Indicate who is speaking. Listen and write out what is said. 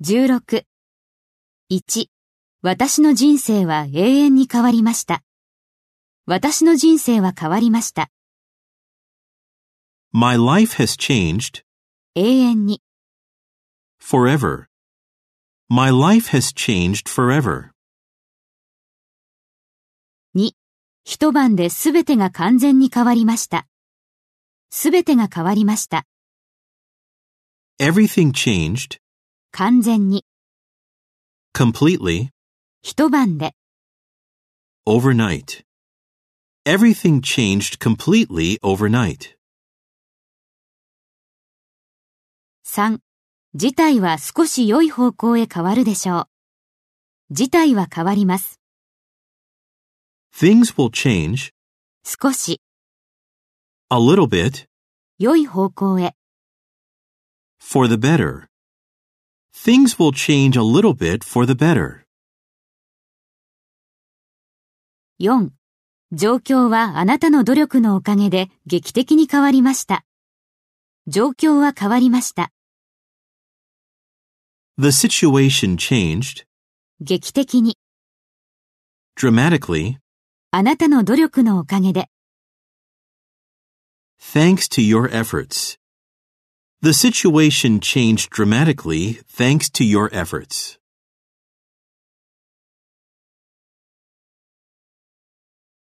Speaker 1: 16。1. 私の人生は永遠に変わりました。私の人生は変わりました。
Speaker 2: My life has changed
Speaker 1: 永遠に。
Speaker 2: forever. My life has changed forever.
Speaker 1: 2. 一晩で全てが完全に変わりました。全てが変わりました。
Speaker 2: Everything changed
Speaker 1: 完全に。
Speaker 2: completely
Speaker 1: 一晩で。
Speaker 2: overnight. Everything changed completely overnight.
Speaker 1: 3. 事態は少し良い方向へ変わるでしょう。事態は変わります。
Speaker 2: Things will change
Speaker 1: 少し
Speaker 2: a little bit
Speaker 1: 良い方向へ。
Speaker 2: for the better. Things will change a little bit for the better.
Speaker 1: 4. 状況はあなたの努力のおかげで劇的に変わりました。状況は変わりました。
Speaker 2: The situation changed
Speaker 1: 劇的に。
Speaker 2: dramatically
Speaker 1: あなたの努力のおかげで。
Speaker 2: thanks to your efforts. The situation changed dramatically thanks to your efforts.